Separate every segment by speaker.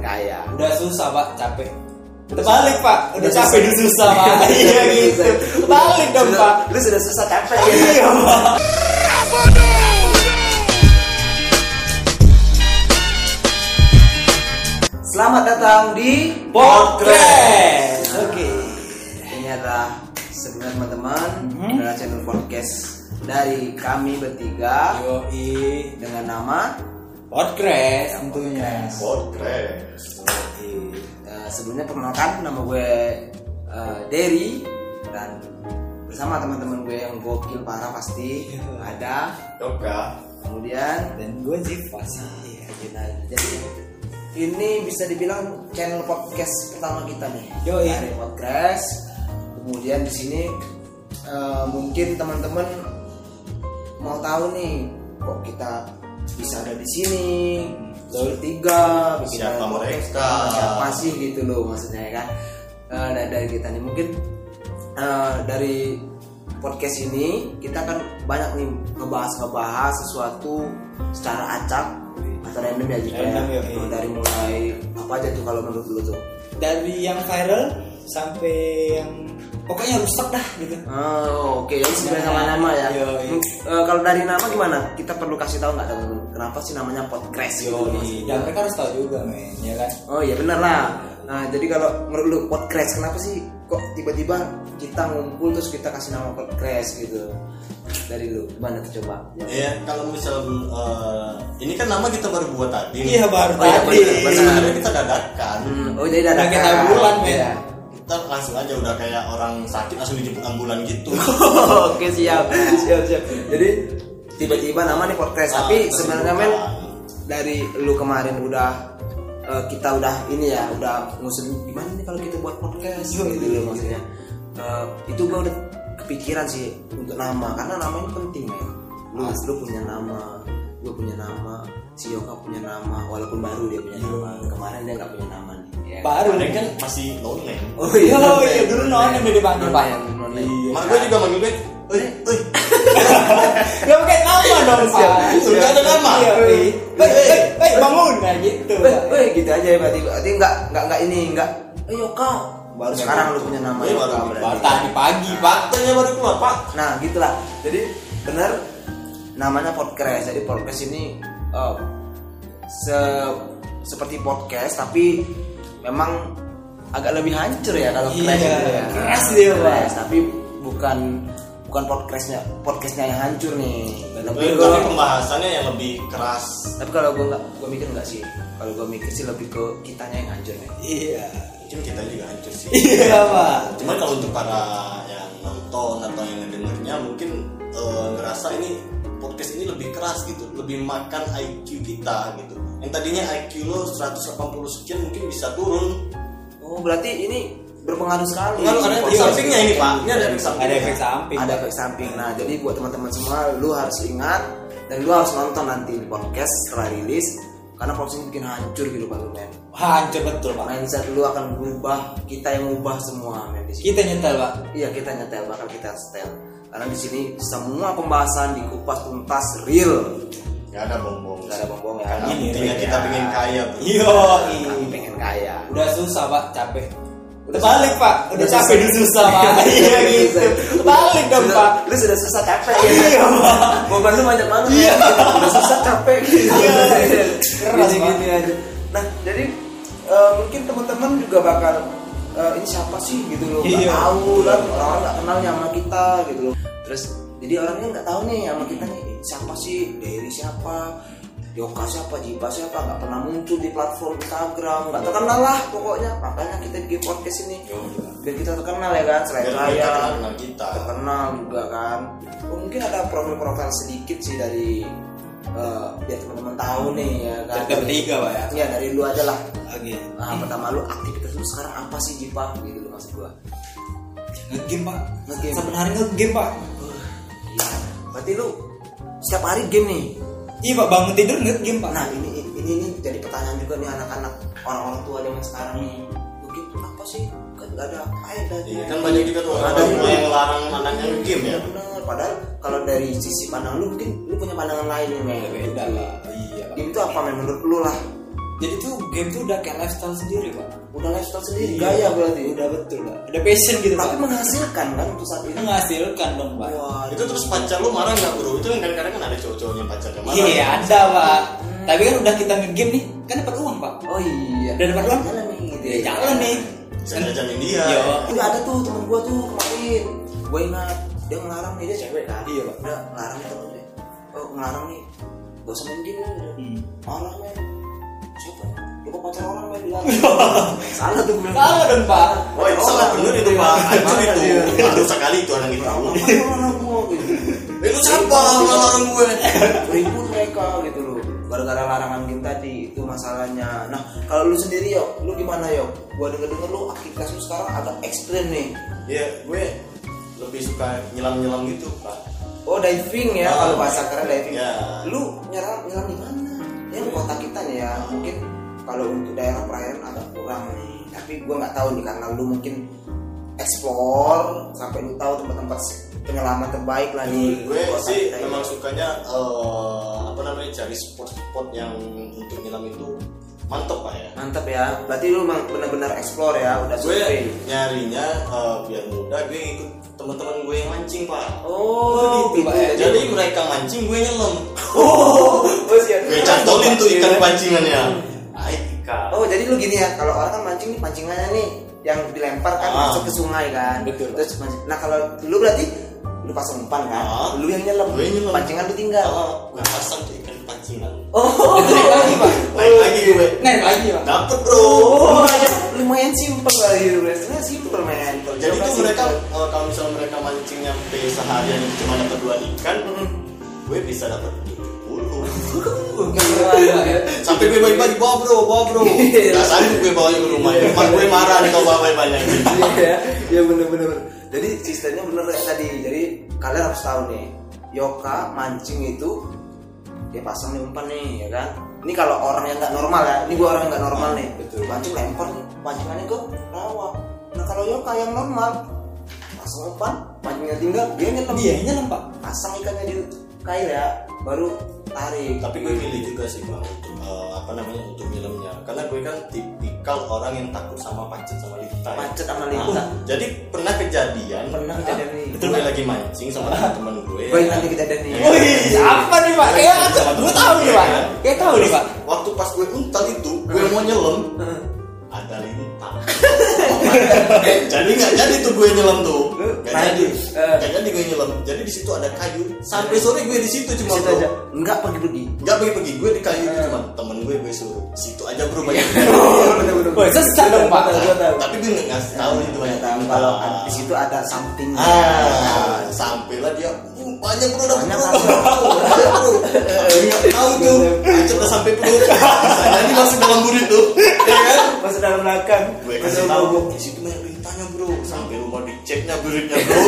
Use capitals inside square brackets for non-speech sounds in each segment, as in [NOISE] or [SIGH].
Speaker 1: kaya
Speaker 2: udah susah pak capek terbalik pak
Speaker 1: Udah
Speaker 2: udah capek
Speaker 1: susah.
Speaker 2: udah susah
Speaker 1: [LAUGHS]
Speaker 2: pak iya gitu balik dong
Speaker 1: Sudah-
Speaker 2: pak
Speaker 1: lu sudah susah capek ya
Speaker 2: iya pak
Speaker 1: selamat datang di
Speaker 2: Podcast. Oke.
Speaker 1: ini adalah segmen teman-teman
Speaker 2: Mhm.
Speaker 1: adalah channel podcast dari kami bertiga
Speaker 2: Yoi.
Speaker 1: dengan nama
Speaker 2: Podcast tentunya.
Speaker 3: Podcast.
Speaker 1: eh, sebelumnya perkenalkan nama gue eh, Derry dan bersama teman-teman gue yang gokil parah pasti
Speaker 2: Iya.
Speaker 1: ada
Speaker 3: Yoga.
Speaker 1: kemudian
Speaker 2: Dan gue Ziva sih.
Speaker 1: Nah, jadi ini bisa dibilang channel podcast pertama kita nih.
Speaker 2: Yoi.
Speaker 1: Dari podcast. Kemudian di sini eh, mungkin teman-teman mau tahu nih kok kita bisa ada di sini.
Speaker 2: Betul.
Speaker 1: Bertiga, bikin
Speaker 3: Siapa
Speaker 1: channel podcast.
Speaker 3: mereka?
Speaker 1: Siapa sih gitu loh maksudnya ya kan? Eh, dari, dari kita nih mungkin eh, dari podcast ini kita akan banyak nih ngebahas-ngebahas sesuatu secara acak atau random ya jika
Speaker 2: Random,
Speaker 1: ya.
Speaker 2: yoi.
Speaker 1: Tuh, dari mulai apa aja tuh kalau menurut lu tuh
Speaker 2: Dari yang viral sampai yang pokoknya rusak dah gitu.
Speaker 1: oh oke jadi sebenarnya sama
Speaker 2: Nah,
Speaker 1: nama ya
Speaker 2: yoi.
Speaker 1: Hmm, eh, kalau dari nama gimana kita perlu kasih tahu nggak teman-teman kenapa sih namanya podcast gitu
Speaker 2: Yoi. Dan Ya, mereka harus tahu juga men, ya kan?
Speaker 1: oh iya bener lah nah jadi kalau menurut lu podcast kenapa sih kok tiba-tiba kita ngumpul terus kita kasih nama podcast gitu dari lu gimana tuh coba
Speaker 3: Ya kalau misal eh, ini kan nama kita baru buat tadi. nih.
Speaker 2: Iya, baru
Speaker 3: Oh, iya,
Speaker 2: tadi.
Speaker 3: benar, benar. Sebenarnya kita dadakan.
Speaker 1: Hmm, oh jadi
Speaker 2: Udah
Speaker 1: ada Iya.
Speaker 2: kita bulan ya? men.
Speaker 3: Kita langsung aja udah kayak orang sakit langsung dijemput ambulan
Speaker 2: [LAUGHS]
Speaker 3: gitu.
Speaker 1: Oke siap siap siap. Jadi tiba-tiba nama nih podcast,
Speaker 3: Ah,
Speaker 1: tapi
Speaker 3: kita
Speaker 1: sebenarnya
Speaker 3: sibuk
Speaker 1: men
Speaker 3: kan.
Speaker 1: dari lu kemarin udah eh, kita udah ini ya udah ngusul gimana nih kalau kita buat podcast gitu loh maksudnya. Eh, itu gua udah kepikiran sih untuk nama karena nama ini penting men. Lu, lu punya nama, gue punya nama, si Yoka punya nama, walaupun baru dia punya nama. Kemarin dia nggak punya nama nih. ya.
Speaker 2: Baru
Speaker 3: Padahal
Speaker 2: nih
Speaker 3: kan
Speaker 2: kan.
Speaker 3: masih no name.
Speaker 1: Oh
Speaker 2: Oh iya dulu nonnya udah dipanggil pak.
Speaker 1: Iya.
Speaker 3: Mak gue juga manggil gue, "Uy, uy."
Speaker 2: Ya pakai nama dong pak.
Speaker 3: Sudah ada nama.
Speaker 2: Iya. Hei, hei, hei bangun nah gitu.
Speaker 1: Weh, weh, gitu aja ya berarti berarti nggak nggak nggak ini nggak ayo kau baru sekarang lu punya nama
Speaker 3: Iya,
Speaker 1: Yoka
Speaker 3: baru-
Speaker 1: berarti.
Speaker 2: Baru tadi pagi pak.
Speaker 3: Katanya baru keluar, Pak.
Speaker 1: nah gitulah jadi benar namanya podcast jadi podcast ini eh, se- seperti podcast tapi memang agak lebih hancur ya kalau
Speaker 2: Iya,
Speaker 1: crash gitu ya.
Speaker 2: keras dia, Pak.
Speaker 1: Keras, tapi bukan bukan podcastnya podcastnya yang hancur nih
Speaker 3: Eh,
Speaker 1: lebih
Speaker 3: Tapi
Speaker 1: ke
Speaker 3: pembahasannya yang lebih keras.
Speaker 1: tapi kalau gue nggak gue mikir nggak sih kalau gue mikir sih lebih ke kitanya yang hancur nih
Speaker 2: Iya.
Speaker 3: Mungkin kita juga hancur sih.
Speaker 2: Iya pak.
Speaker 3: Cuman kalau untuk para yang nonton atau yang ngedengernya mungkin eh, ngerasa ini podcast ini lebih keras gitu, lebih makan IQ kita gitu. Yang tadinya IQ lo 180 sekian mungkin bisa turun.
Speaker 1: Oh berarti ini berpengaruh sekali.
Speaker 3: Kan ada efek
Speaker 1: Iya.
Speaker 3: sampingnya ini pak, ini ada efek sampingnya.
Speaker 2: Ada efek samping.
Speaker 1: Ada efek samping. Nah jadi buat teman-teman semua, lu harus ingat dan lu harus nonton nanti di podcast setelah rilis karena podcast ini bikin hancur gitu Pak men.
Speaker 2: Hancur betul pak.
Speaker 1: Mindset lu akan berubah, kita yang ubah semua men di sini.
Speaker 2: Kita nyetel pak.
Speaker 1: Iya kita nyetel bakal kita setel karena di sini semua pembahasan dikupas tuntas real.
Speaker 3: Gak ada bohong-bohong.
Speaker 1: Gak ada Iya. bohong ya.
Speaker 3: Karena
Speaker 2: Ini
Speaker 3: intinya
Speaker 2: ya.
Speaker 3: kita pengen kaya. Iya. Bu.
Speaker 2: Yo.
Speaker 1: Kami pengen kaya.
Speaker 2: Udah susah pak capek. Udah balik pak. Udah capek udah susah pak.
Speaker 1: Udah
Speaker 2: [LAUGHS] Iya
Speaker 1: susah.
Speaker 2: gitu. Balik dong
Speaker 1: Sudah-
Speaker 2: pak.
Speaker 1: Lu sudah susah capek ya. Iya. Beban lu banyak banget.
Speaker 2: Iya.
Speaker 1: ya. Udah susah capek gitu.
Speaker 2: Iya. Keras,
Speaker 1: Gini gini aja. Nah, jadi eh, mungkin teman-teman juga bakal eh, ini siapa sih gitu loh. Enggak
Speaker 2: Iya.
Speaker 1: tahu lah, orang nggak kenal sama kita gitu loh. Terus jadi orangnya nggak tahu nih sama kita nih siapa sih, dari siapa, Yoka siapa, Jipa siapa, nggak pernah muncul di platform Instagram, nggak terkenal lah pokoknya. Makanya kita bikin podcast ini biar kita terkenal ya kan, selain
Speaker 3: Biar mereka
Speaker 1: kaya
Speaker 3: Iya, kenal kita.
Speaker 1: terkenal juga kan Oh, mungkin ada profil-profil sedikit sih dari eh, biar teman-teman tahu nih ya kan
Speaker 2: Kita bertiga pak ya.
Speaker 1: ya dari lu aja lah
Speaker 2: Oke.
Speaker 1: nah, pertama lu aktivitas lu sekarang apa sih Jipa gitu lu maksud gua
Speaker 2: Ngegame pak.
Speaker 1: Ngegame.
Speaker 2: Sebenarnya ngegame pak.
Speaker 1: Iya. berarti lu setiap hari game nih
Speaker 2: Iya pak bangun tidur ngegame pak.
Speaker 1: nah ini ini, ini ini jadi pertanyaan juga nih anak-anak orang-orang tua zaman sekarang nih lu game tuh apa sih gak, gak ada
Speaker 3: Iya,
Speaker 1: faedahnya
Speaker 3: kan banyak juga tuh
Speaker 1: Ada
Speaker 3: orang tua
Speaker 1: juga.
Speaker 3: yang larang anaknya game ya.
Speaker 1: Iya, benar padahal kalau dari sisi pandang lu mungkin lu punya pandangan lain nih men
Speaker 2: Beda lah. Iya Nah, pak.
Speaker 1: game itu apa men menurut lu lah
Speaker 2: jadi tuh game tuh udah kayak lifestyle sendiri pak
Speaker 1: udah lifestyle sendiri
Speaker 2: Iya. gaya berarti udah betul pak udah passion gitu
Speaker 1: Iya. tapi
Speaker 2: pak
Speaker 1: menghasilkan kan untuk saat ini
Speaker 2: menghasilkan dong pak
Speaker 1: wah
Speaker 3: itu terus pacar lu marah nggak bro itu kan kadang-kadang kan ada cowok-cowoknya pacarnya marah
Speaker 2: iya ada pak tapi kan udah kita nge-game nih kan dapat uang pak
Speaker 1: oh iya
Speaker 2: Udah dapat uang?
Speaker 1: jalan nih gitu
Speaker 2: ya jalan nih
Speaker 3: bisa jajanin dia
Speaker 2: Iya.
Speaker 1: Udah ada tuh temen gua tuh kemarin Gua ingat dia ngelarang nih dia cewek kan
Speaker 2: Iya, Pak.
Speaker 1: Udah ngelarang nih temen dia Oh ngelarang nih Gak usah main game nih
Speaker 2: Hmm.
Speaker 1: Marah men Siapa? Dia kok pacar orang men
Speaker 2: [LAUGHS]
Speaker 1: bilang Salah tuh Oh, iya, gue bilang
Speaker 2: Salah dong pak
Speaker 3: Wah itu salah bener itu [LAUGHS] pak Hancur itu Malu sekali itu anak itu
Speaker 1: Apa orang gua gitu
Speaker 3: Eh lu siapa ngelarang gue
Speaker 1: [LAUGHS] Ribut mereka gitu loh Gara-gara larangan game tadi itu masalahnya Nah kalau lu sendiri yo, lu gimana yo? Gua denger-denger lu aktivitas lu sekarang agak ekstrim nih
Speaker 3: Iya gue lebih suka nyelam-nyelam gitu pak
Speaker 1: Oh diving ya
Speaker 3: Ah,
Speaker 1: kalau bahasa keren diving.
Speaker 3: ya.
Speaker 1: Lu nyerang nyerang di mana? Ya di kota kita nih ya. Mungkin kalau untuk daerah perairan agak kurang nih. Tapi gua nggak tahu nih karena lu mungkin explore sampai lu tahu tempat-tempat penyelaman terbaik lah nih.
Speaker 3: Gue
Speaker 1: kota
Speaker 3: sih
Speaker 1: kita ini.
Speaker 3: memang sukanya eh, Apa namanya cari spot-spot yang untuk nyelam itu mantep pak ya
Speaker 1: mantep ya. Berarti lu memang benar-benar explore ya, udah
Speaker 3: Gue
Speaker 1: survei.
Speaker 3: nyarinya eh, biar mudah gue ikut teman-teman gue yang mancing pak
Speaker 1: Oh,
Speaker 2: gitu, Pak, ya.
Speaker 3: Jadi mereka mancing gue nyelam
Speaker 1: Oh, oh, siap.
Speaker 3: Gue cantolin tuh ikan pancingannya Ay Ah, ikan
Speaker 1: Oh jadi lu gini ya, kalau orang kan mancing nih pancingannya nih yang dilempar kan
Speaker 3: Ah.
Speaker 1: masuk ke sungai kan.
Speaker 2: Betul.
Speaker 1: Terus mancing. Nah kalau lu berarti lu pasang umpan kan,
Speaker 3: Ah.
Speaker 1: lu yang nyelam,
Speaker 3: Gue nyelam. Ah.
Speaker 1: pancingan lu tinggal.
Speaker 3: Kalau gue pasang tuh ikan pancingan
Speaker 1: Oh,
Speaker 2: naik lagi pak
Speaker 3: Naik lagi gue
Speaker 2: naik lagi pak
Speaker 3: Dapet bro
Speaker 1: lumayan, Oh, iya. lumayan simpel lah gitu, sebenarnya simpel men.
Speaker 3: Jadi tuh
Speaker 1: Simpel.
Speaker 3: mereka eh, kalau misalnya mereka mancing nyampe seharian cuma dapat dua ikan Gue bisa dapat [LAUGHS] 70
Speaker 1: Iya,
Speaker 3: Sampai gue bagi-bagi bawa bro, bawa [LAUGHS] bro Gak sanggup gue bawanya ke rumah Rumah gue marah nih kalau bawa banyak
Speaker 1: Iya, iya bener-bener. Jadi sistemnya bener kayak tadi. Jadi kalian harus tahu nih, yoga mancing itu dia pasang nih umpan nih, ya kan? Ini kalau orang yang nggak normal ya, ini gua orang yang nggak normal nih.
Speaker 3: Betul.
Speaker 1: Mancing lempar nih, pancingannya ke rawa. Nah kalau yoga yang normal, pasang umpan, mancingnya tinggal, dia nyelam.
Speaker 3: Iya.
Speaker 2: dia nyelam pak
Speaker 1: Pasang ikannya di kail ya, baru tarik.
Speaker 3: tapi gue pilih juga sih bang untuk eh, apa namanya untuk filmnya karena gue kan tipikal orang yang takut sama pacet sama lita ya.
Speaker 1: Macet sama
Speaker 3: Nah,
Speaker 1: lita.
Speaker 3: jadi pernah kejadian
Speaker 1: Pernah kejadian nih.
Speaker 3: betul Oh, gue lagi mancing sama teman gue
Speaker 1: Gue nanti kejadian nih.
Speaker 3: iya.
Speaker 2: Wih, apa nih pak? Kayak aku, gue tahu nih pak. Kayak tahu nih pak.
Speaker 3: waktu pas gue untal itu gue mau nyelam ada lintah jadi nggak jadi tuh gue nyelam tuh
Speaker 1: Lu
Speaker 3: nggak
Speaker 1: mandi.
Speaker 3: jadi
Speaker 1: Eh.
Speaker 3: nggak jadi gue nyelam jadi di situ ada kayu sampai sore gue di situ cuma
Speaker 1: Situ
Speaker 3: bro.
Speaker 1: aja, nggak pergi-pergi.
Speaker 3: nggak pergi pergi gue di kayu itu cuma temen gue gue suruh situ aja bro banyak
Speaker 2: Wah, sesat dong pak.
Speaker 1: Gua tahu.
Speaker 3: tapi gue nggak ngasih tahu itu banyak
Speaker 1: tahu kalau
Speaker 2: Ah.
Speaker 1: di situ ada something
Speaker 3: ah sampailah dia "Uh, [LAUGHS] banyak bro udah
Speaker 1: Banyak,
Speaker 3: bro banyak bro Tapi nggak tahu tuh Acep udah sampai bro jadi masuk dalam budi tuh
Speaker 2: Iya,
Speaker 3: ya kan
Speaker 1: masuk dalam belakang
Speaker 3: gue
Speaker 1: masuk
Speaker 3: kasih
Speaker 1: dalam
Speaker 3: tahu
Speaker 1: bubuk.
Speaker 3: di situ banyak lintanya bro sampai rumah diceknya buritnya bro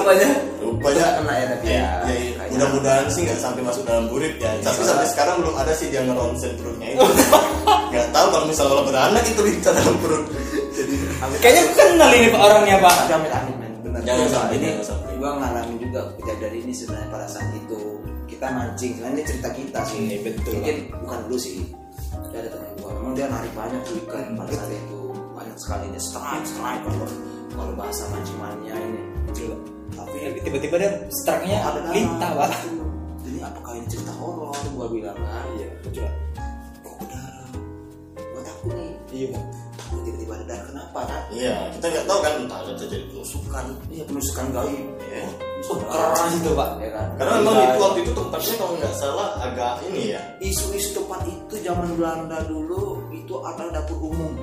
Speaker 1: rupanya
Speaker 3: rupanya
Speaker 1: kena ya tapi ya,
Speaker 3: ya, ya, ya.
Speaker 1: kayaknya. Iya.
Speaker 3: mudah-mudahan sih nggak sampai masuk dalam burit ya tapi sampai sekarang belum ada sih dia ngeronsen perutnya itu [LAUGHS] nggak tahu kalau misalnya kalau beranak itu lintah dalam perut jadi
Speaker 1: Amit-
Speaker 2: Kayaknya aku kenal ini pak orangnya pak.
Speaker 1: tapi amit amit men benar
Speaker 3: Jangan
Speaker 1: Gua
Speaker 3: sampai,
Speaker 1: ini
Speaker 3: jangan sampai.
Speaker 1: gua ngalamin juga kejadian ini sebenarnya pada saat itu kita mancing karena ini cerita kita sih
Speaker 2: Iya, betul.
Speaker 1: mungkin bukan dulu sih Dia ada teman gua memang dia narik banyak tuh ikan pada saat itu banyak sekali dia strike strike kalau kalau bahasa mancing mania ini tapi
Speaker 2: Tapi Tiba-tiba dia strike-nya
Speaker 1: ada darah.
Speaker 2: lintah pak.
Speaker 1: Jadi apakah ini cerita horor? Gua bilang kan.
Speaker 2: Iya, betul pak.
Speaker 1: Kok ada darah? Gua takut nih.
Speaker 2: Iya pak.
Speaker 1: Takut tiba-tiba ada darah kenapa kan?
Speaker 3: Iya, kita nggak tahu kan entah ada terjadi penusukan.
Speaker 1: Iya penusukan gaib.
Speaker 3: Iya.
Speaker 2: Oh, keras itu pak.
Speaker 1: Ya kan.
Speaker 3: Karena memang
Speaker 4: Iya.
Speaker 3: itu waktu itu tempatnya kalau nggak salah agak ini ya.
Speaker 1: Isu-isu tempat itu zaman Belanda dulu itu ada dapur umum.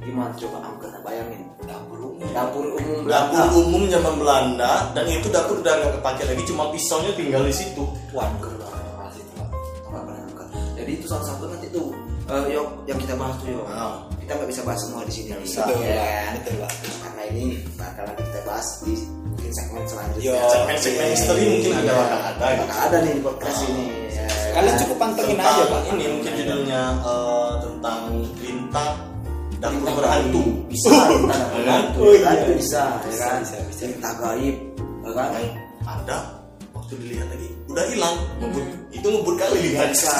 Speaker 1: Gimana coba kamu kena bayangin?
Speaker 2: Dapur umum.
Speaker 1: Dapur umum
Speaker 3: Dapur
Speaker 1: Belanda.
Speaker 3: umum zaman Belanda dan itu dapur udah nggak kepake lagi, cuma pisaunya tinggal di situ.
Speaker 2: Wah, keras itu pak.
Speaker 1: Tempat Belanda. Jadi itu salah satu nanti tuh eh, Yok, yang kita bahas tuh Yok.
Speaker 3: Nah,
Speaker 1: Kita nggak bisa bahas semua di sini.
Speaker 3: bisa.
Speaker 1: Ya
Speaker 2: Betul pak.
Speaker 1: kan?
Speaker 2: Betul pak.
Speaker 1: karena ini bakal kita bahas di mungkin segmen selanjutnya. Iya.
Speaker 2: Yo,
Speaker 3: segmen-segmen misteri mungkin ada bakal ada.
Speaker 1: Bakal ada nih di podcast ini. Ya,
Speaker 2: Kalian
Speaker 1: kan?
Speaker 2: cukup pantengin
Speaker 3: Tentang
Speaker 2: aja pak.
Speaker 3: ini mungkin judulnya eh, tentang lintah dapur
Speaker 1: Lintah
Speaker 3: berhantu.
Speaker 1: gaib bisa, lintah dapur
Speaker 3: Iya.
Speaker 1: berhantu,
Speaker 2: Oh,
Speaker 1: kan?
Speaker 2: iya.
Speaker 1: Itu bisa, ya
Speaker 2: Bisa,
Speaker 1: kan?
Speaker 2: bisa, bisa.
Speaker 1: Lintah gaib, ya kan?
Speaker 3: Yang
Speaker 2: Hmm. Iya,
Speaker 3: ada waktu dilihat lagi udah hilang, ngebut itu ngebut kali lintah.
Speaker 1: Bisa.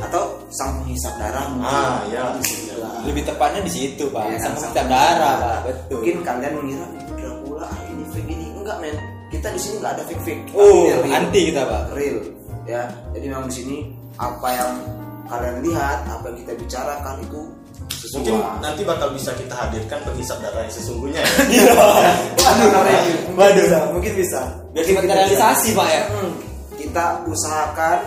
Speaker 1: atau sang penghisap darah mungkin. Iya,
Speaker 3: Ah, ya.
Speaker 1: Bismillah.
Speaker 2: Iya,
Speaker 4: Lebih tepatnya di situ pak,
Speaker 1: Ya,
Speaker 4: sama
Speaker 1: sama-
Speaker 4: kita darah pak, betul.
Speaker 1: Mungkin kalian mengira "Ini Dracula ah, ini fake ini enggak men. Kita di sini enggak ada fake fake.
Speaker 4: Oh, anti kita pak.
Speaker 1: real ya. Jadi memang di sini apa yang kalian lihat, apa yang kita bicarakan itu
Speaker 3: Mungkin
Speaker 1: sesuai.
Speaker 3: nanti bakal bisa kita hadirkan penghisap darah yang sesungguhnya
Speaker 2: [LAUGHS]
Speaker 3: ya.
Speaker 1: [LAUGHS] Waduh,
Speaker 4: Waduh.
Speaker 1: bisa, mungkin bisa.
Speaker 4: Biar kita
Speaker 1: Mungkin
Speaker 4: realisasi pak ya.
Speaker 1: Hmm, kita usahakan,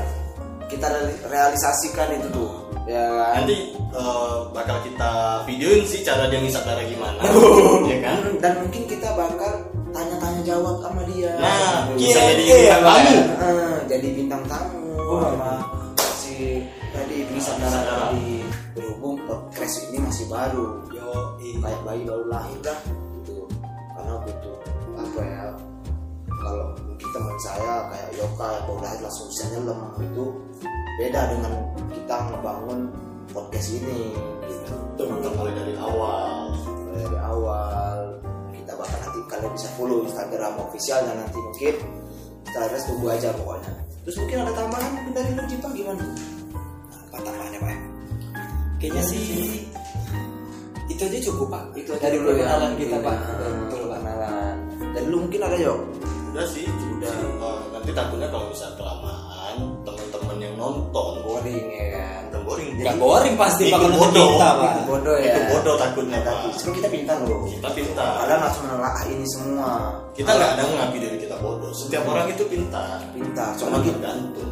Speaker 1: kita reali- realisasikan itu tuh. Ya kan?
Speaker 3: Nanti eh, bakal kita videoin sih cara dia ngisap darah
Speaker 2: [LAUGHS]
Speaker 3: gimana. ya kan?
Speaker 1: Dan mungkin kita bakal tanya-tanya jawab sama dia.
Speaker 3: Nah,
Speaker 1: Gitu.
Speaker 3: bisa
Speaker 4: Iya,
Speaker 3: jadi
Speaker 4: iya,
Speaker 3: bintang
Speaker 4: Pak.
Speaker 3: tamu.
Speaker 1: Eh, jadi bintang tamu Oh, sama si tadi bisa
Speaker 3: Bisa
Speaker 1: darah
Speaker 3: darah.
Speaker 1: tadi berhubung podcast ini masih baru
Speaker 2: Yo,
Speaker 1: kayak bayi baru lahir dah gitu karena butuh apa ya kalau mungkin teman saya kayak Yoka yang baru lahir langsung bisa nyelam itu beda dengan kita ngebangun podcast ini gitu
Speaker 3: Tuh, mantap mulai dari awal.
Speaker 1: Mulai dari awal kita bakal nanti kalian bisa follow Instagram officialnya nanti mungkin setelah tunggu aja pokoknya terus mungkin ada tambahan mungkin dari lu Cipa gimana?
Speaker 2: apa tambahannya pak?
Speaker 4: Kayaknya sih itu aja cukup pak.
Speaker 1: itu aja
Speaker 4: dari
Speaker 1: dulu ya
Speaker 4: perkenalan kita
Speaker 1: mungkin,
Speaker 4: pak.
Speaker 1: ya.
Speaker 4: Betul pak.
Speaker 1: perkenalan dan lu mungkin ada Yok
Speaker 3: Udah sih, udah. Eh, nanti takutnya kalau bisa kelamaan teman-teman yang nonton
Speaker 1: boring ya kan
Speaker 3: nonton boring.
Speaker 2: Iya.
Speaker 4: Gak boring pasti
Speaker 3: Itu
Speaker 4: pak kalau
Speaker 3: bodoh.
Speaker 4: kita pak.
Speaker 1: Itu bodoh ya
Speaker 3: Itu bodoh takutnya
Speaker 1: tapi
Speaker 3: pak.
Speaker 1: sebelum kita pintar loh
Speaker 3: Kita pintar.
Speaker 1: kalian harus menelaah ini semua
Speaker 3: Kita nggak ada mengakui diri kita bodoh. Setiap orang itu pintar.
Speaker 1: pintar
Speaker 3: Cuma
Speaker 1: soalnya kita
Speaker 3: tergantung.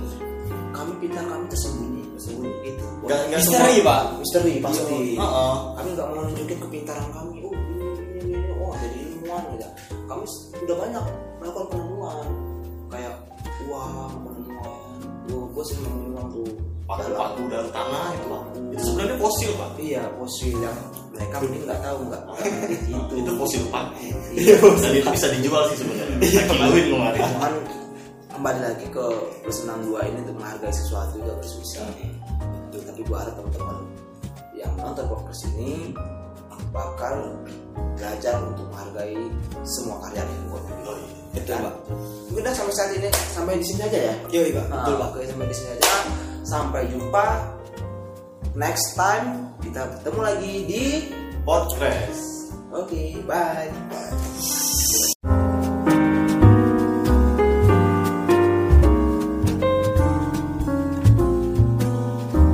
Speaker 1: kami pintar kami tersembunyi tersembunyi gitu
Speaker 3: Nggak nggak
Speaker 4: Misteri
Speaker 3: semua-
Speaker 4: pak.
Speaker 1: misteri pasti
Speaker 3: Iya. Heeh.
Speaker 1: kami nggak mau nunjukin kepintaran kami oh ini ini ini oh jadi ilmuwan gitu kami udah banyak melakukan penemuan kayak wah penemuan Wah, gue sering bilang tuh dalam-
Speaker 3: paku-paku dalam tanah itu pak itu sebenarnya fosil pak
Speaker 1: iya fosil yang mereka mungkin nggak tahu nggak itu
Speaker 3: itu fosil paku
Speaker 1: Iya.
Speaker 3: [LAUGHS] dan itu bisa dijual sih sebenarnya bisa kiloin kemarin
Speaker 1: cuman kembali lagi ke bersenang dua ini untuk menghargai sesuatu itu harus bisa Tuh, tapi gue harap teman-teman yang nonton podcast ini bakal belajar untuk menghargai semua karya yang gue
Speaker 3: Oh, iya.
Speaker 4: Betul pak.
Speaker 1: udah sampai saat ini sampai di sini aja ya
Speaker 4: Yo pak.
Speaker 1: Nah,
Speaker 4: Betul pak.
Speaker 1: oke, sampai di sini aja sampai jumpa next time kita bertemu lagi di
Speaker 3: podcast
Speaker 1: oke bye